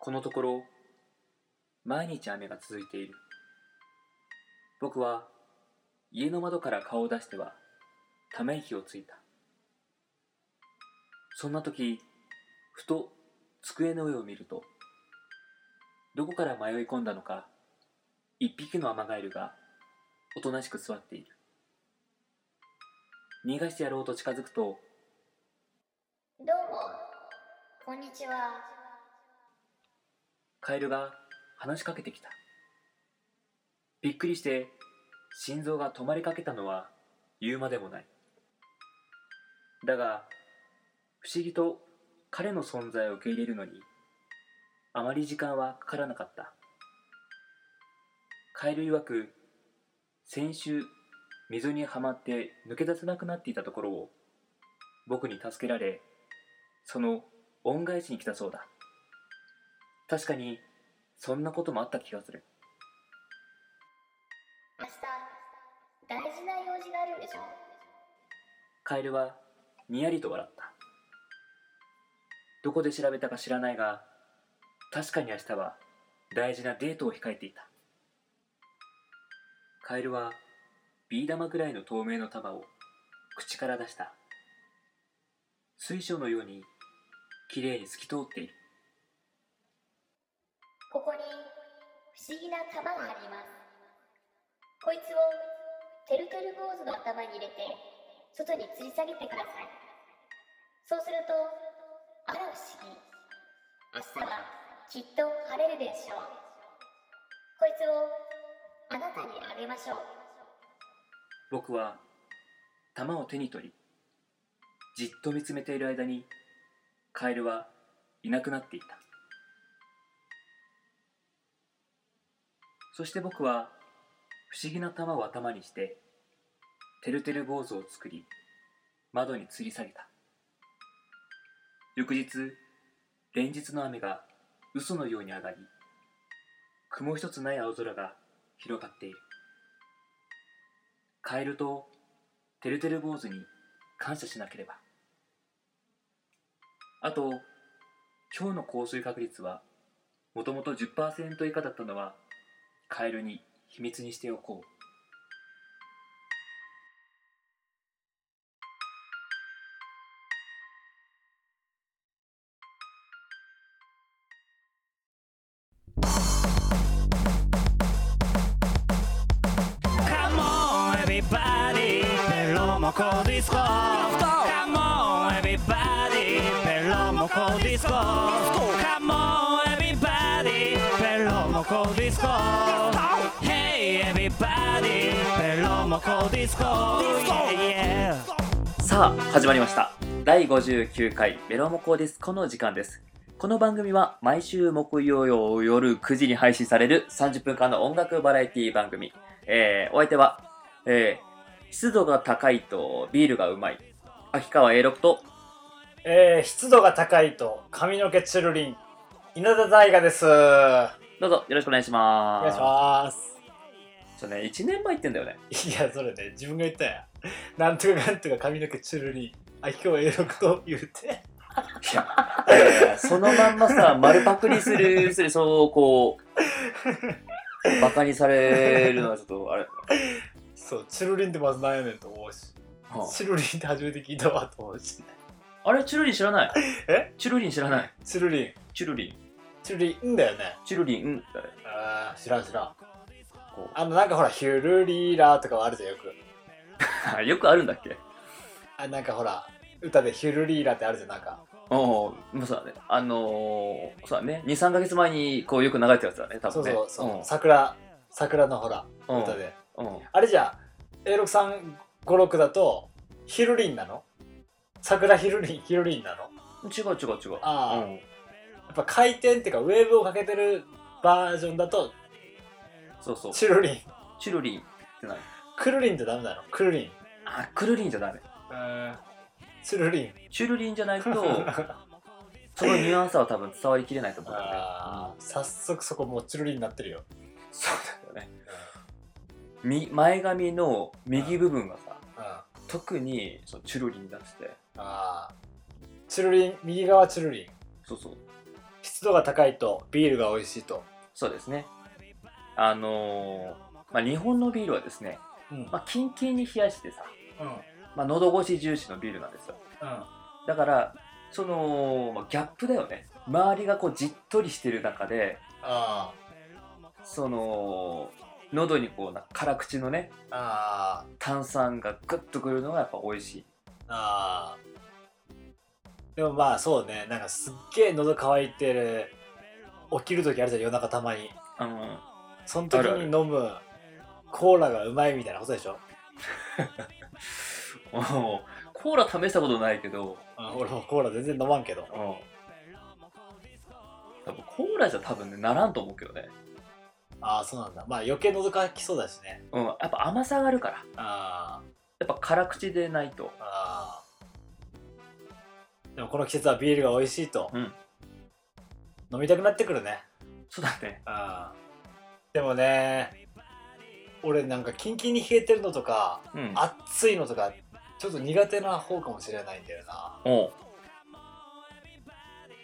このところ毎日雨が続いている僕は家の窓から顔を出してはため息をついたそんな時ふと机の上を見るとどこから迷い込んだのか一匹のアマガエルがおとなしく座っている逃がしてやろうと近づくとどうも、こんにちは。カエルが話しかけてきたびっくりして心臓が止まりかけたのは言うまでもないだが不思議と彼の存在を受け入れるのにあまり時間はかからなかったカエル曰く先週溝にはまって抜け出せなくなっていたところを僕に助けられその恩返しに来たそうだ確かにそんなこともあった気がする明日、大事な用事があるんでしょカエルはにやりと笑ったどこで調べたか知らないが確かに明日は大事なデートを控えていたカエルはビー玉ぐらいの透明の玉を口から出した水晶のようにきれいに透き通っているここに不思議な玉があります。こいつをてるてる坊主の頭に入れて、外に吊り下げてください。そうすると、あら不思議。明日はきっと晴れるでしょう。こいつをあなたにあげましょう。僕は玉を手に取りじっと見つめている間にカエルはいなくなっていたそして僕は不思議な玉を頭にしててるてる坊主を作り窓に吊り下げた翌日連日の雨が嘘のように上がり雲一つない青空が広がっているカエルとてるてる坊主に感謝しなければあと今日の降水確率はもともと10%以下だったのはカエルに秘密にしておこうカモンエビバディベロモコディスコカモンエビバディベロモコディスコカモンエビバディベロモコディスコ Hey everybody ベロモコディスコ Yeah yeah さあ始まりました第59回ベロモコディスコの時間ですこの番組は毎週木曜夜9時に配信される30分間の音楽バラエティ番組、えーお相手は、えー湿度が高いとビールがうまい秋川 A6 とえー、湿度が高いと髪の毛チュルリン稲田大我ですお願どうぞよろしくお願いしますいしますそうね1年前って言うんだよねいやそれね自分が言ったんやなんとかなんとか髪の毛チュルリン秋川永六と言うていや、えーそのまんまさ、丸パクリする、する、そう、こう、バカにされるのはちょっと、あれ、そうチュルリンってまずなんやねんと思うしはチュルリンって初めて聞いたわと思うしあ、あれ、チュルリン知らない。えチュルリン知らない。チュルリンチュルリン、チュルリンんだよねチュルリン、うん、誰あー知らん知らんこあのなんかほらヒュルリラーとかはあるじゃんよくう。よくあるん だっけあなんかほら歌でヒュルリーラーってあるじゃんなんかおお、まあ、そうだね。あのー、そうだね。2、3ヶ月前に、こう、よく流れてたやつだね、多そ分うね。そうそう、桜桜のほらうん。歌でうん。うん。あれじゃあ A6356 だとヒルリンなの桜ヒルリンヒルリンなの違う違う違う。あーうんやっぱ回転っていうかウェーブをかけてるバージョンだとそうそう。チュルリンチュルリンってなる。クルリンってダメなのクルリンあ、クルリンじゃダメ。チュルリンチュルリンじゃ ないと、そのニュアンスは多分伝わりきれないと思うんだよね。あー早速そこもうチュルリンになってるよそうだよね。み前髪の右部分がさ、うんあ特にそのチュルリン出して、あーチュルリン右側チュルリンそうそう、湿湿度が高いとビールが美味しいと。そうですね。あのーまあ、日本のビールはですね、うん。うん。まあ、キンキンに冷やしてさ、まあ、喉越し重視のビールなんですよ。だから、その、まあ、ギャップだよね。周りがこうじっとりしてる中で、あその、喉にこうな辛口のね、あ。あ炭酸がグッとくるのがやっぱ美味しい。あ。ああ。でもまあそうね。なんかすっげえ喉乾いてる。起きる時あるじゃん、夜中たまに。あのその時あるあにる飲むコーラがうまいみたいなことでしょ。もうコー ラ試したことないけど、うん、俺もコーラ全然飲まんけうど。ん多分コーラじゃ多分ねならんと思うけどね、ああ、そうなんだ。まあ余計喉乾きそうだしね。うん、やっぱ甘さがあるからあやっぱ辛口でないとあ。ああ。でもこの季節はビールが美味しいと。うん飲みたくなってくるね。そうだねああ。でもね、俺なんかキンキンに冷えてるのとか、うん暑いのとか、ちょっと苦手な方かもしれないんだよな。おう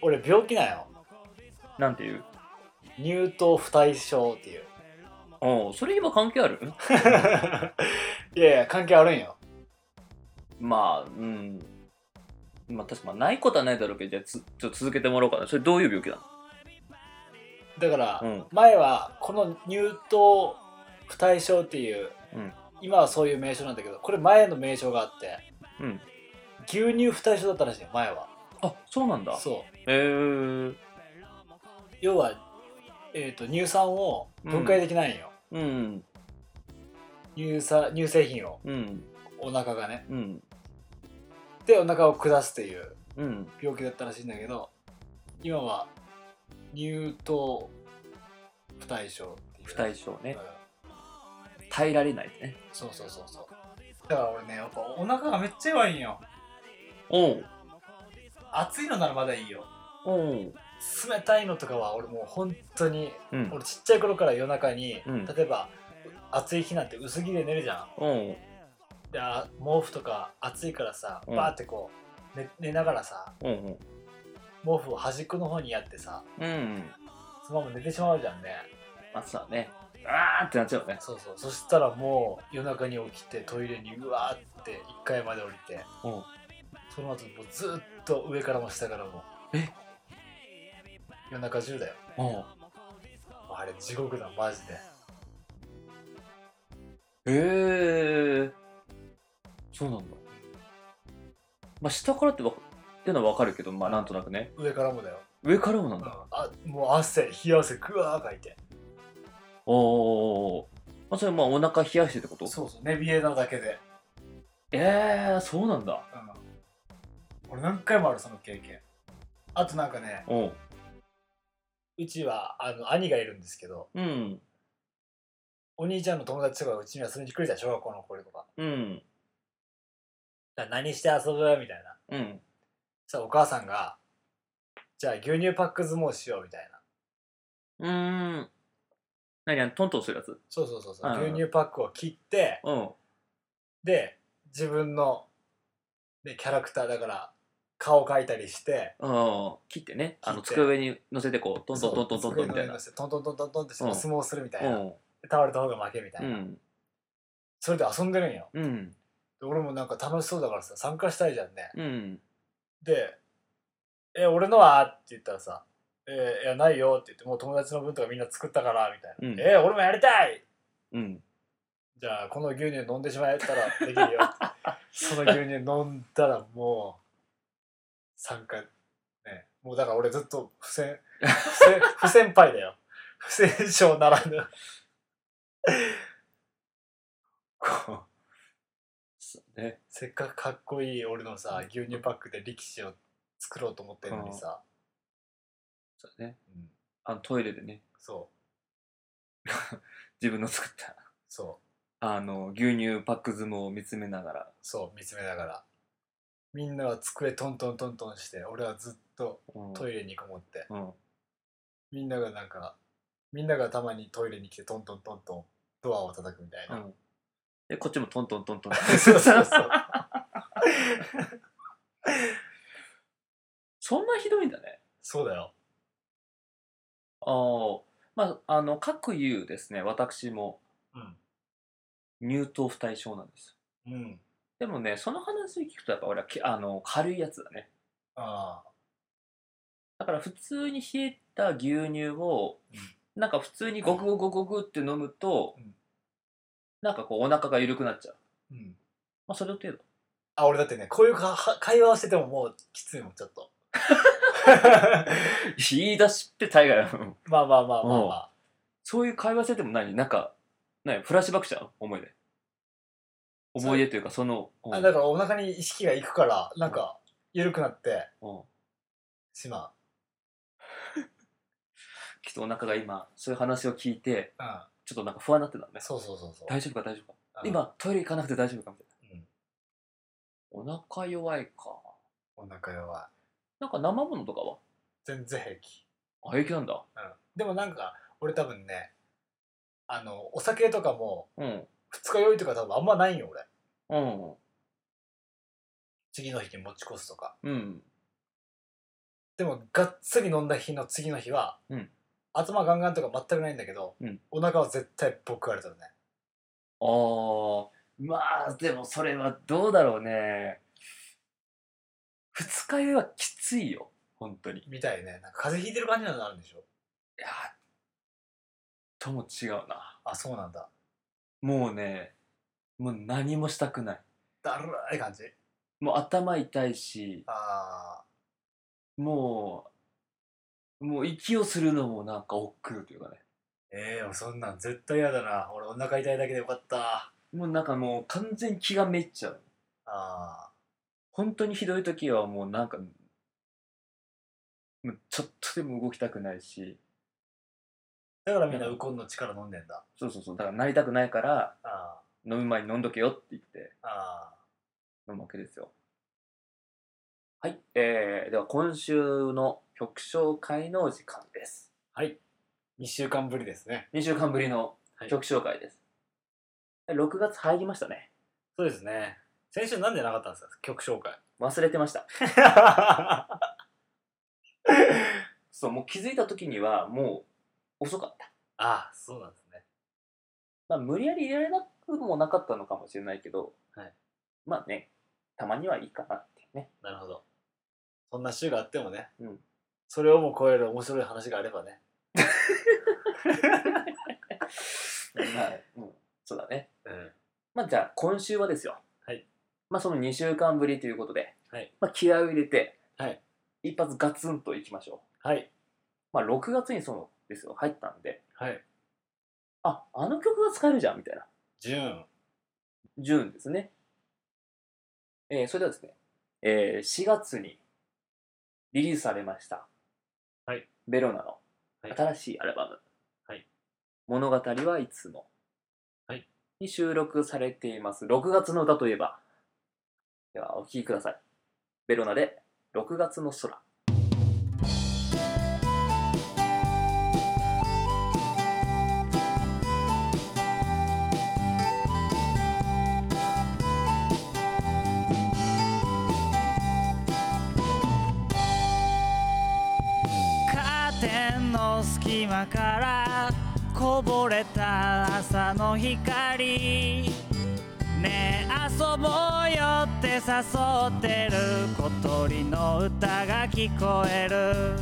俺病気なんよ。なんていう乳頭不対症っ ていう。おうそれ今関係あるいやいや、関係あるんよ。まあうんまあ確かまあないことはないだろうけどじゃあつちょっと続けてもらおうかなそれどういう病気なだから、の前はこの乳頭不対症っていう、うん今はそういう名称なんだけどこれ前の名称があってうんうん牛乳不対症だったらしいよ前はあそうなんだそうへえー、要は、えー、と乳酸を分解できないんよ、うん乳酸乳製品をうんお腹がねうんでお腹を下すっていううん病気だったらしいんだけど今は乳糖不対症っていう不対称ねうん耐えられないねそうそうそうそうだから俺ねやっぱお腹がめっちゃ弱いんよおう暑いのならまだいいよおう冷たいのとかは俺もう本当にうん俺ちっちゃい頃から夜中に、うん例えば暑い日なんて薄着で寝るじゃんおうであ毛布とか暑いからさうんバーってこう、寝寝ながらさおう毛布を端っこの方にやってさうんそのまま寝てしまうじゃんねまあそうだねあーってなっちゃうねそうそうそしたらもう夜中に起きてトイレにうわーって1階まで降りてうんその後もうずーっと上からも下からもえ夜中中だようんあれ地獄だマジでへえー、そうなんだまあ下からってわかってのはわかるけどまあなんとなくね上からもだよ上からもなんだあもう汗冷や汗ぐわーかいておおまあそれまあお腹冷やしてってことそうそう寝冷えなだけで、ええー、そうなんだうん、俺何回もあるその経験あとなんかねおううちはあの兄がいるんですけどうんお兄ちゃんの友達とかがうちに遊びに来るじゃん小学校の頃とかうんだから何して遊ぶみたいうなんそしたらお母さんがじゃあ牛乳パック相撲しようみたいなうーん何あのトントンするやつそうそうそうそう、うん牛乳パックを切ってうんで自分の、ね、キャラクターだから顔描いたりしてうん切ってねあの切って机上に乗せてこうトントントントントントンみたいなそう机の上に乗せてトントントントンってしてうんお相撲するみたいな、うん倒れた方が負けみたいうな、んそれで遊んでるんようんで俺もなんか楽しそうだからさ参加したいじゃんねうんで「え俺のは?」って言ったらさ「えーいやないよ」って言ってもう友達の分とかみんな作ったからみたいな「うんえー俺もやりたい!うん」じゃあこの牛乳飲んでしまえたらできるよ その牛乳飲んだらもう参加ねもうだから俺ずっと不戦不戦 不先輩だよ不戦勝ならぬこうそうねせっかくかっこいい俺のさ牛乳パックで力士を作ろうと思ってるのにさ、そうねうんあのトイレでねそう自分の作ったそうあの牛乳パック相撲を見つめながら、そう見つめながらみんなは机トントントントンして俺はずっとうんトイレにこもって、うん、みんながなんかみんながたまにトイレに来てトントントントンドアを叩くみたいな、うんでこっちもトントントントン そうそうそうそんなひどいんだねそうだよああ、まあ、あの、各有ですね、私も乳糖不対症なんですよ。うん。うん。でもね、その話聞くと、やっぱ俺はきあの軽いやつだね。あだから普通に冷えた牛乳を、なんか普通にゴクゴクゴクゴクって飲むと、うんなんかこうお腹が緩くなっちゃう。あ。うん。まあ、それ程度。 あ、俺だってね、こういうかは会話をしててももうきついもん、ちょっと。 言い出しって大概だもんまあまあまあまあまあ。そういう会話してても何なんか、何フラッシュバックしちゃう思い出。そう思い出というか、その、うんあだからお腹に意識がいくから、なんか、緩くなってうんしまきっとお腹が今、そういう話を聞いて、う。うん。ちょっとなんか不安になってたのね。そうそうそうそう。大丈夫か大丈夫か。うん、今、トイレ行かなくて大丈夫かみたいうんな。お腹弱いか。お腹弱。なんか生物とかはい全然平気。あ、平気なんだ。うん。でもなんか、俺多分ね、あの、お酒とかも、うん。二日酔いとか多分あんまないよ、俺。うん。次の日に持ち越すとか。うん。でも、がっつり飲んだ日の次の日は、うん頭ガンガンとか全くないんだけど、うんお腹は絶対僕食われてるね。ああ、まあ、でもそれはどうだろうね。二日酔いはきついよ。本当に。いみたいね。なんか風邪ひいてる感じなのあるんでしょや、とも違うな。あ、そうなんだ。もうね、もう何もしたくない。だるい感じ。もう頭痛いし、あもう、もう息をするのもなんか億劫というかね。ー。えー、そんなん絶対嫌だな。俺お腹痛いだけでよかった。もうなんかもう完全に気がめいっちゃう。あ本当にひどい時はもうなんか、もうちょっとでも動きたくないし、ー。だからみんなウコンの力飲んでんだ。そうそうそう、だからなりたくないから、あ飲む前に飲んどけよって言ってー。あ飲むわけですよ。はい、えー、では今週の曲紹介の時間です。ー。はい。2週間ぶりですね。 2週間ぶりのはい曲紹介です。6月入りましたね。そうですね。先週なんでなかったんですか曲紹 介。忘れてました。そう、もう気づいた時にはもう遅かった。ああ、そうなんですね。まあ、無理やり入れられなくもなかったのかもしれないけど、はいまあね、たまにはいいかなっていうね。なるほど。そんな週があってもね、うんそれをも超える面白い話があればね、まあ、 うん、そうだね。うん、まあ、じゃあ、今週はですよ。はい。まあ、その2週間ぶりということで、はいまあ、気合を入れて、はい一発ガツンといきましょはい、う。まあ、6月にその、ですよ、入ったんで、はい、あ、あの曲が使えるじゃん、みたいな。ジューン、ジューンですね。えーそれではですね、えー4月にリリースされました、はいベロナのはい新しいアルバム、はい物語はいつも、はいに収録されています。6月の歌といえば、ではお聴きください。ベロナで6月の空。カーテンの隙間からこぼれた朝の光ねえ遊ぼうよって誘ってる小鳥の歌が聞こえる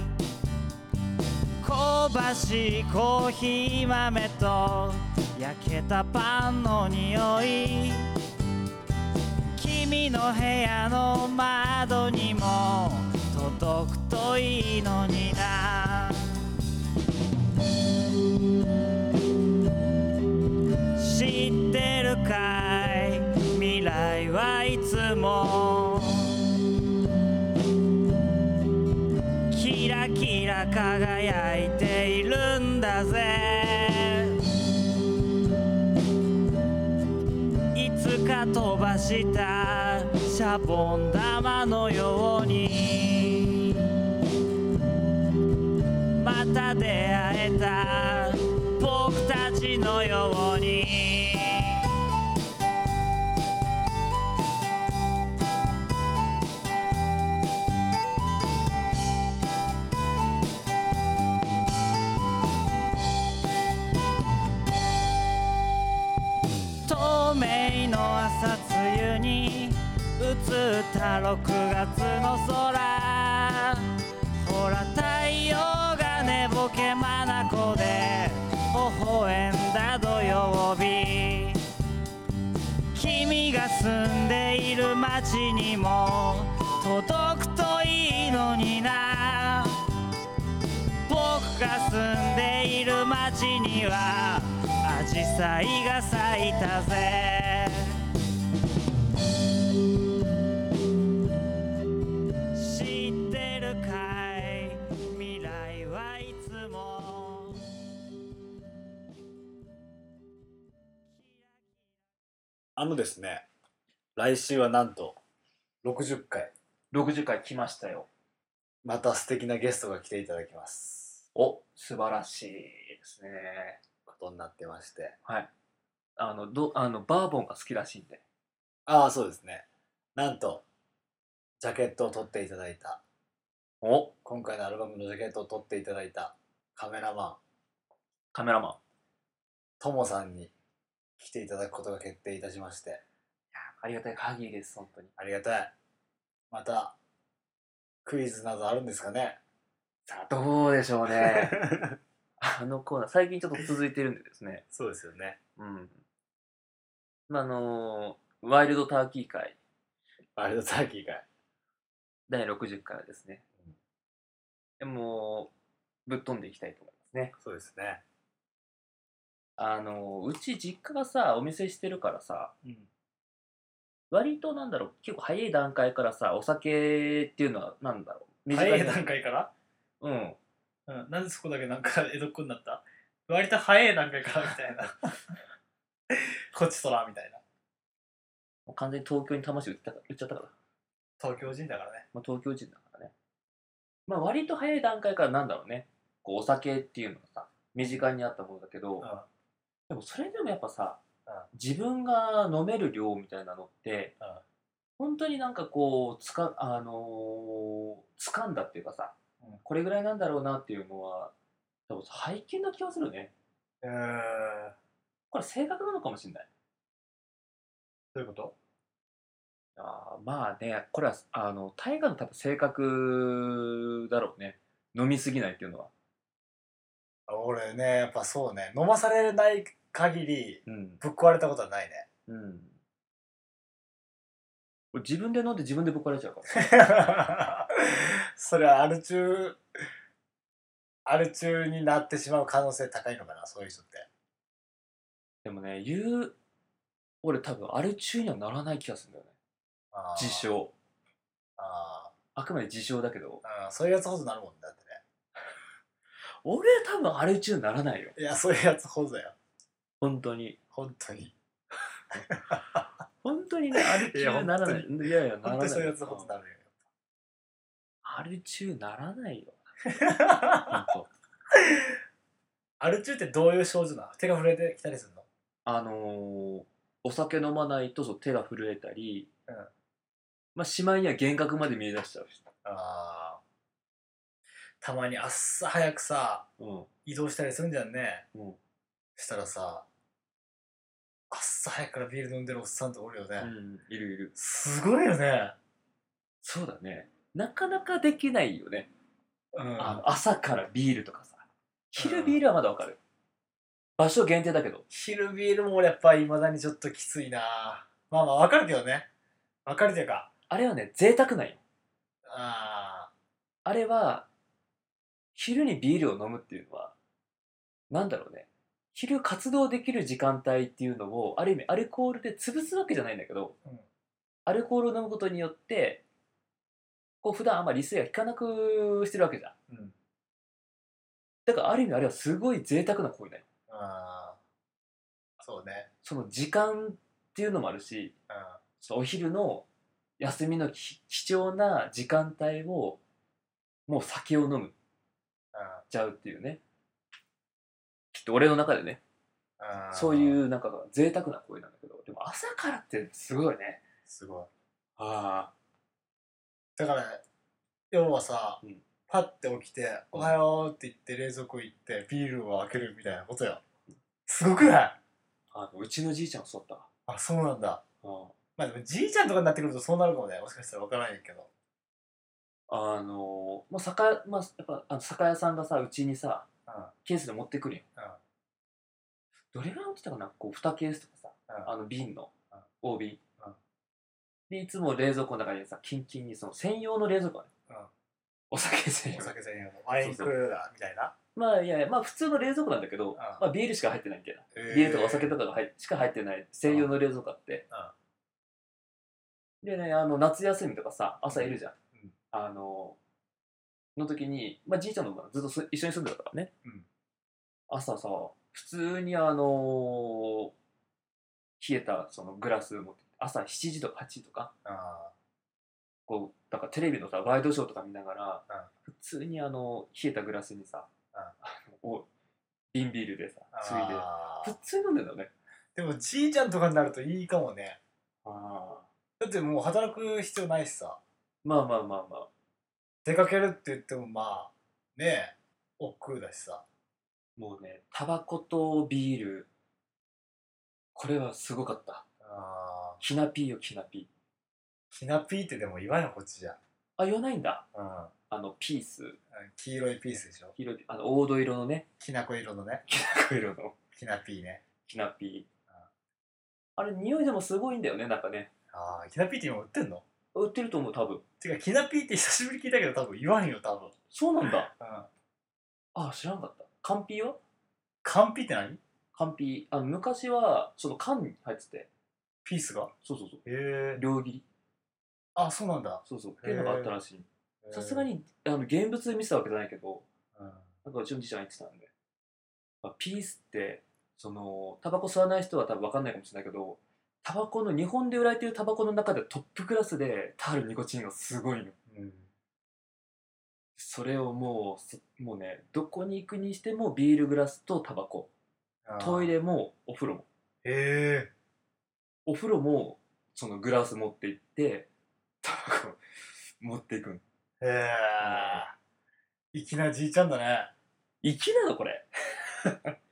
香ばしいコーヒー豆と焼けたパンの匂い君の部屋の窓にも届くといいのにな知ってるかい未来はいつもキラキラ輝いているんだぜいつか飛ばしたシャボン玉のようにまた出会えた僕たちのように「めいの朝露に映った6月の空ほら太陽が寝ぼけまなこで微笑んだ土曜日君が住んでいる街にも届くといいのにな僕が住んでいる町には紫陽花が咲いたぜ知ってるかい未来はいつもあのですね来週はなんと60回60回来ましたよまた素敵なゲストが来ていただきますお素晴らしいですねことになってましてはいあのどあのバーボンが好きらしいんでああそうですねなんとジャケットを撮っていただいたお今回のアルバムのジャケットを撮っていただいたカメラマンカメラマンともさんに来ていただくことが決定いたしましてありがたい限りです本当にありがたいまたクイズなどあるんですかねさあどうでしょうね あのコーナー最近ちょっと続いてるんでですね そうですよねうんまああのーワイルドターキー会ワイルドターキーが第60回はですね、でもうぶっ飛んでいきたいと思いますねそうですねあのうち実家がさお店してるからさ割となんだろう結構早い段階からさお酒っていうのはなんだろう早い短段階から、うんうん、なんでそこだけなんか 江戸っ子になった割と早い段階からみたいな こっちとらみたいなもう完全に東京に魂売ったか売っちゃったから、東京人だからねまあ、東京人だからねまあ割と早い段階からなんだろうねこうお酒っていうのがさ身近にあった方だけど、うんでもそれでもやっぱさ、うん自分が飲める量みたいなのって、うん本当になんかこうつか、あのー、掴んだっていうかさ、うんこれぐらいなんだろうなっていうのは多分拝見な気がするねうーんこれ性格なのかもしれないどういうことあーまあねこれはあの大河の多分性格だろうね飲みすぎないっていうのは俺ねやっぱそうね飲まされない限りうんぶっ壊れたことはないねうん俺自分で飲んで自分でぶっ壊れちゃうから それはアル中アル中になってしまう可能性高いのかなそういう人ってでもね言う俺多分あれ中にはならない気がするんだよねあー自称ああくまで自称だけどーうんそういうやつほどなるもんねだってね俺多分あれ中にならないよいやそういうやつほどだよ本当に本当に本当にねあれ中いやにならないいやいやならな本当にいそういうやつほどなるよあれ中ならない よ本当アル中ってどういう症状なの手が触れてきたりするのあのーお酒飲まないとそう手が震えたり、うんまあしまいには幻覚まで見え出しちゃうし、ああたまに朝早くさうん移動したりするんじゃんねうんしたらさ朝早くからビール飲んでるおっさんとおるよね、いるいるすごいよねそうだねなかなかできないよね、うんあの朝からビールとかさ昼ビールはまだわかる、場所限定だけど昼ビールも俺やっぱいまだにちょっときついなまあまあわかるけどねわかるというかあれはね贅沢なんよああれは昼にビールを飲むっていうのはなんだろうね昼活動できる時間帯っていうのをある意味アルコールで潰すわけじゃないんだけど、うんアルコールを飲むことによってこう普段あんまり理性が効かなくしてるわけじゃん、うんだからある意味あれはすごい贅沢な行為だよーあーそうねその時間っていうのもあるしうんそのお昼の休みのき貴重な時間帯をもう酒を飲むうちゃうっていうねきっと俺の中でねんうんそういうなんか贅沢な声なんだけどでも朝からってすごいねすごいああだから要はさ、うんパッて起きて「おはよう」って言って冷蔵庫行ってビールを開けるみたいなことよすごくないあのうちのじいちゃんもそうだったわあ、そうなんだ。うんまあでもじいちゃんとかになってくるとそうなるかもね。もしかしたらわからないけど。あのー、まあ、酒屋、まあ、やっぱ、あの酒屋さんがさ、うちにさ、うん。ケースで持ってくるよ。うんどれぐらい落ちたかなこう、2ケースとかさ、うんあの瓶のうん、大瓶うん。で、いつも冷蔵庫の中にさ、キンキンに、その専用の冷蔵庫ある。うんお酒専用お。酒専用のワインクーラーみたいな。まあ、いやいや、まあ、普通の冷蔵庫なんだけど、まあ、ビールしか入ってないみたいな。ビールとかお酒とか。かが入しか入ってない専用の冷蔵庫あってうん、でねあの夏休みとかさ朝いるじゃん、うんあのの時に、まあ、じいちゃんの方がずっとす一緒に住んでたからね、うん朝さ普通にあのー冷えたそのグラス持って朝7時とか8時とかあこうだからテレビのさワイドショーとか見ながら、うん普通にあの冷えたグラスにさ、うんあのお瓶ビールでさーついであー普通に飲んでんだよねでもじいちゃんとかになるといいかもね。ああだってもう働く必要ないしさ。まあまあまあまあ出かけるって言ってもまあ、ねえ、億劫だしさ。もうねタバコとビールこれはすごかったああ。キナピーよキナピーひなピーってでも言わんよ、こっちじゃ。あ言わないんだうん。あのピース黄色いピースでしょ。黄色いあの黄土色のねきなこ色のね。きなこ色のきなピーね。キナピーあれ匂いでもすごいんだよねなんかねああ、きなピーって今売ってんの売ってると思う多分てか、きなピーって久しぶりに聞いたけど多分言わんよ、多分。そうなんだうん。あ知らんかった缶ピーは缶ピーって何缶ピーあの昔はその缶に入っててピースがそうそうそうへえ。両切りあ、そうなんだ。そうそうっていうのがあったらしいさすがに。にあの現物で見てたわけじゃないけどうん。なんかうちのじいちゃんが言ってたんで、まあ、ピースってそのタバコ吸わない人は多分分かんないかもしれないけどタバコの日本で売られてるタバコの中でトップクラスでタールニコチンがすごいのうん、それをもうすもうねどこに行くにしてもビールグラスとタバコあートイ。レもお風呂もへえ。お風呂もそのグラス持って行ってタバコ持っていくのへえ。粋なじいちゃんだね。粋なのこれ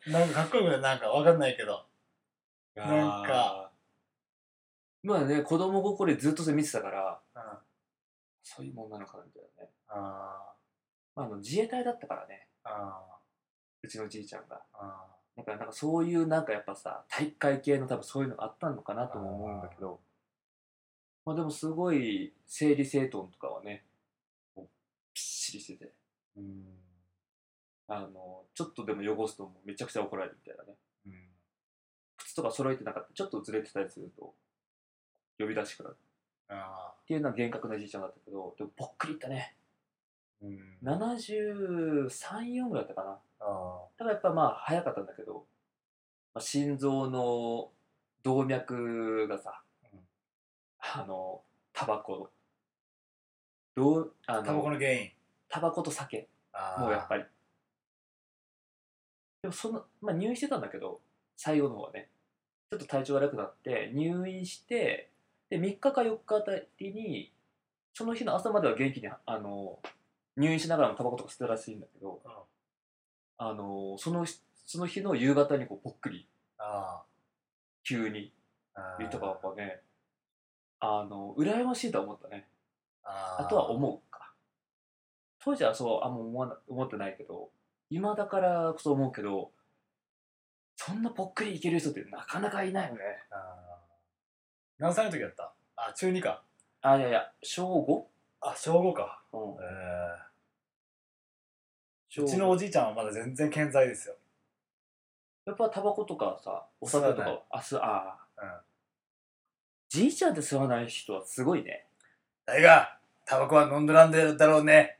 なんかかっこよくないなんかわかんないけど。なんかまあね子供心でずっとそれ見てたからうん。あそういうもんなのかなみたいなねあ。まあ、あの自衛隊だったからねあうちのじいちゃんがあ。あだからなんかそういうなんかやっぱさ体育会系の多分そういうのがあったのかなとも思うんだけどまあでもすごい整理整頓とかはねもうぴっしりしててーうん。あのちょっとでも汚すともうめちゃくちゃ怒られるみたいなねうん。靴とか揃えてなかったちょっとずれてたりすると呼び出してくらるああ。っていうのは厳格なじいちゃんだったけどでもぽっくりいったねうん。 734ぐらいだったかなああ。ただやっぱまあ早かったんだけど、まあ、心臓の動脈がさ、うんあのタバコどうあタバコのの原因。タバコと酒ああ。もうやっぱり。りでもその、まあ、入院してたんだけど最後の方はねちょっと体調が悪くなって入院してで3日か4日あたりにその日の朝までは元気にあの入院しながらもタバコとか吸ってたらしいんだけど、うんあのその日その日の夕方にこうぽっくりあ急にあ。言うとかはやっぱねあの羨ましいとは思ったねああとは思うか当時はそうあんま思わな思ってないけど今だからこそ思うけどそんなぽっくりいける人ってなかなかいないよねあー何歳の時だったあ中2かあいやいや小あ小5か 5? うんえ小えう五ちのおじいちゃんはまだ全然健在ですよやっぱタバコとかさお酒と吸わかなはあすあーうんじいちゃんで吸わない人はすごいね大がタバコは飲んどらんでだろうね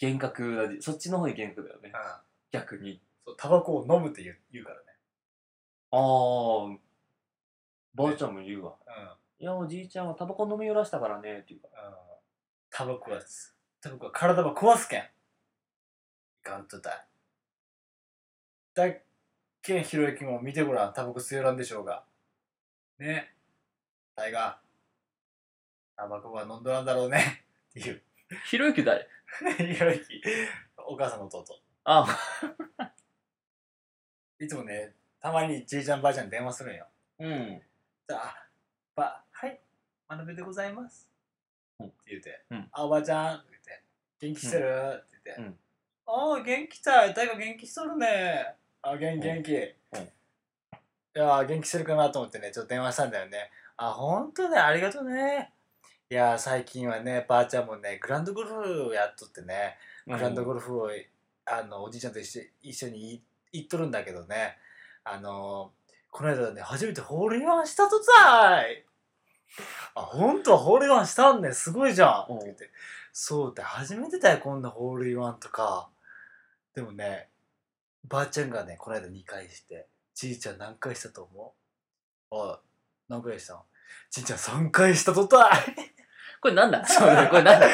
幻覚だじそっちの方に幻覚だよねうん逆にそうタバコを飲むって言う言うからねああばあちゃんも言うわうんいや、おじいちゃんはタバコ飲みよらしたからね、っていうか。うんタバコはタバコは体ば壊すけんいかんとだだっけんひろゆきも見てごらんタバコ吸えらんでしょうがね大がタバコは飲んどらんだろうねっていうひろゆき誰ひろゆきお母さんの弟あ、いつもねたまにじいちゃんばあちゃんに電話するんよ。うん。じゃあ、ば、はい、まなべでございます。うんって言って、うんあ、おばあちゃんって言って、元気してる、って言って、うんああ、元気たい、大河元気しとるね。あ、元気、元気。うんいやー、元気してるかなと思ってね、ちょっと電話したんだよね。あ、ほんとね、ありがとうね。いやー、最近はね、ばあちゃんもね、グランドゴルフやっとってね、グランドゴルフを、あのおじいちゃんと一緒一緒にい行っとるんだけどねあのこの間ね初めてホールインワンしたとざいあ本当はホールインワンしたんねすごいじゃん、うんって言ってそうって初めてだよこんなホールインワンとかでもねばあちゃんがねこの間2回してじいちゃん何回したと思うあ何回したのじいちゃん3回したとたいこれなんだそうだね、これなんだこ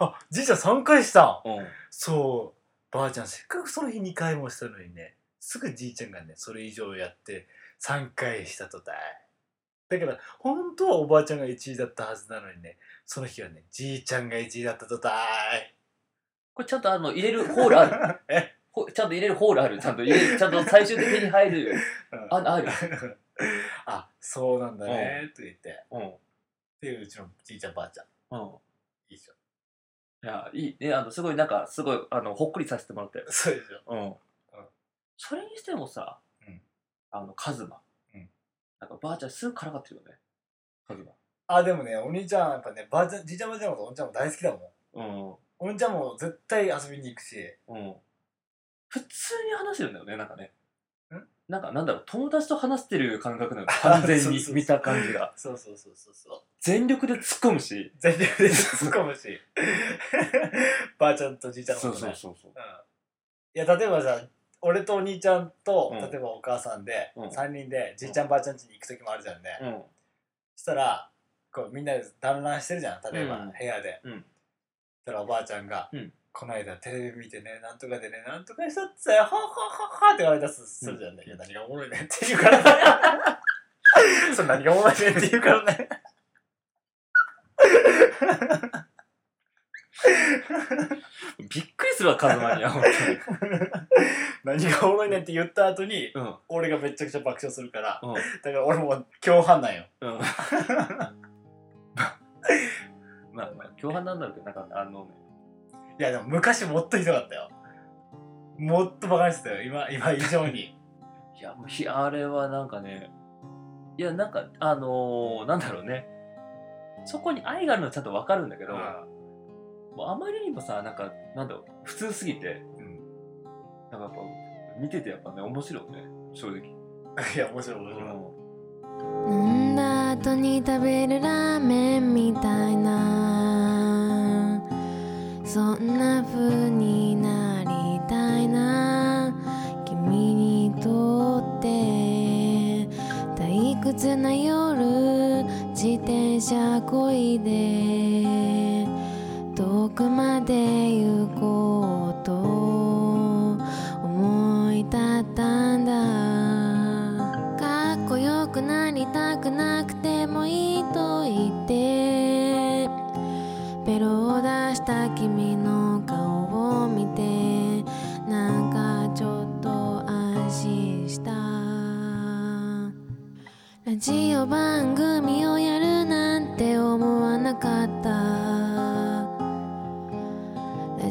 あじいちゃん3回したんれ。うん。そうばあちゃんせっかくその日2回もしたのにねすぐじいちゃんがねそれ以上やって3回したとたいだから本当はおばあちゃんが1位だったはずなのにねその日はねじいちゃんが1位だったとたいこれちゃんとあの、入れるホールあるえほちゃんと入れるホールある。ちゃんと入れる、ちゃんと最終的に入る。あ、ある。 あそうなんだねと言ってうん。でうちのじいちゃんばあちゃんうん。いいでしょいや、いいね。あの、すごい、なんか、すごい、あの、ほっくりさせてもらったよ。 そうでしょうん。それにしてもさ、うんあの、カズマ。うんなんか、ばあちゃんすぐからかってるよね。カズあでもねお兄ちゃんやっぱねばあちゃんじいちゃんばあちゃんのことお兄ちゃんも大好きだもんマ。うん。お兄ちゃんも絶対遊びに行くしうん。普通に話してるんだよね、なんかね。んなんか、なんだろう、友達と話してる感覚なの。完全そうにそうそう見た感じが。そうそうそうそうそう全力で突っ込むし。全力で突っ込む しばあちゃんとじいちゃんのことそうねそうそうそう。うん、いや例えばさ俺とお兄ちゃんと、うん例えばお母さんで、うん3人でじいちゃんばあちゃん家に行く時もあるじゃんね、うん。したらこうみんなで団らんしてるじゃん例えば、うん部屋で、うんそしたらおばあちゃんが、うんこの間テレビ見てねなんとかでねなんとかしたっつよははははって言われたとするじゃんね、いや何がおもろいねって言うからね それ何がおもろいねって言うからねびっくりするわ、カズマに は、本何がおもろいねって言った後に当に。うん。俺がめちゃくちゃ爆笑するからうん。だから俺も共犯なんようん。 まあまあ、共犯なんだろうけど、なんか、あのね、いやでも昔もっとひどかったよもっとバカにしてたよ今今以上にいや、もうひあれはなんかね、いや、なんか、あのー、なんだろうね、そこに愛があるのはちゃんとわかるんだけど、もうあまりにもさ、なんか、なんだろう、普通すぎて、うんなんかやっぱ、見ててやっぱね、面白いね、正直。いや面白い面う白い、ん。飲んだ後に食べるラーメンみたいなそんな風になりたいな君にとって退屈な夜自転車こいで遠くまで行こうと思い立ったんだかっこよくなりたくなくてもいいと言ってベロを出した君の顔を見てなんかちょっと安心したラジオ番組をやるなんて思わなかったラ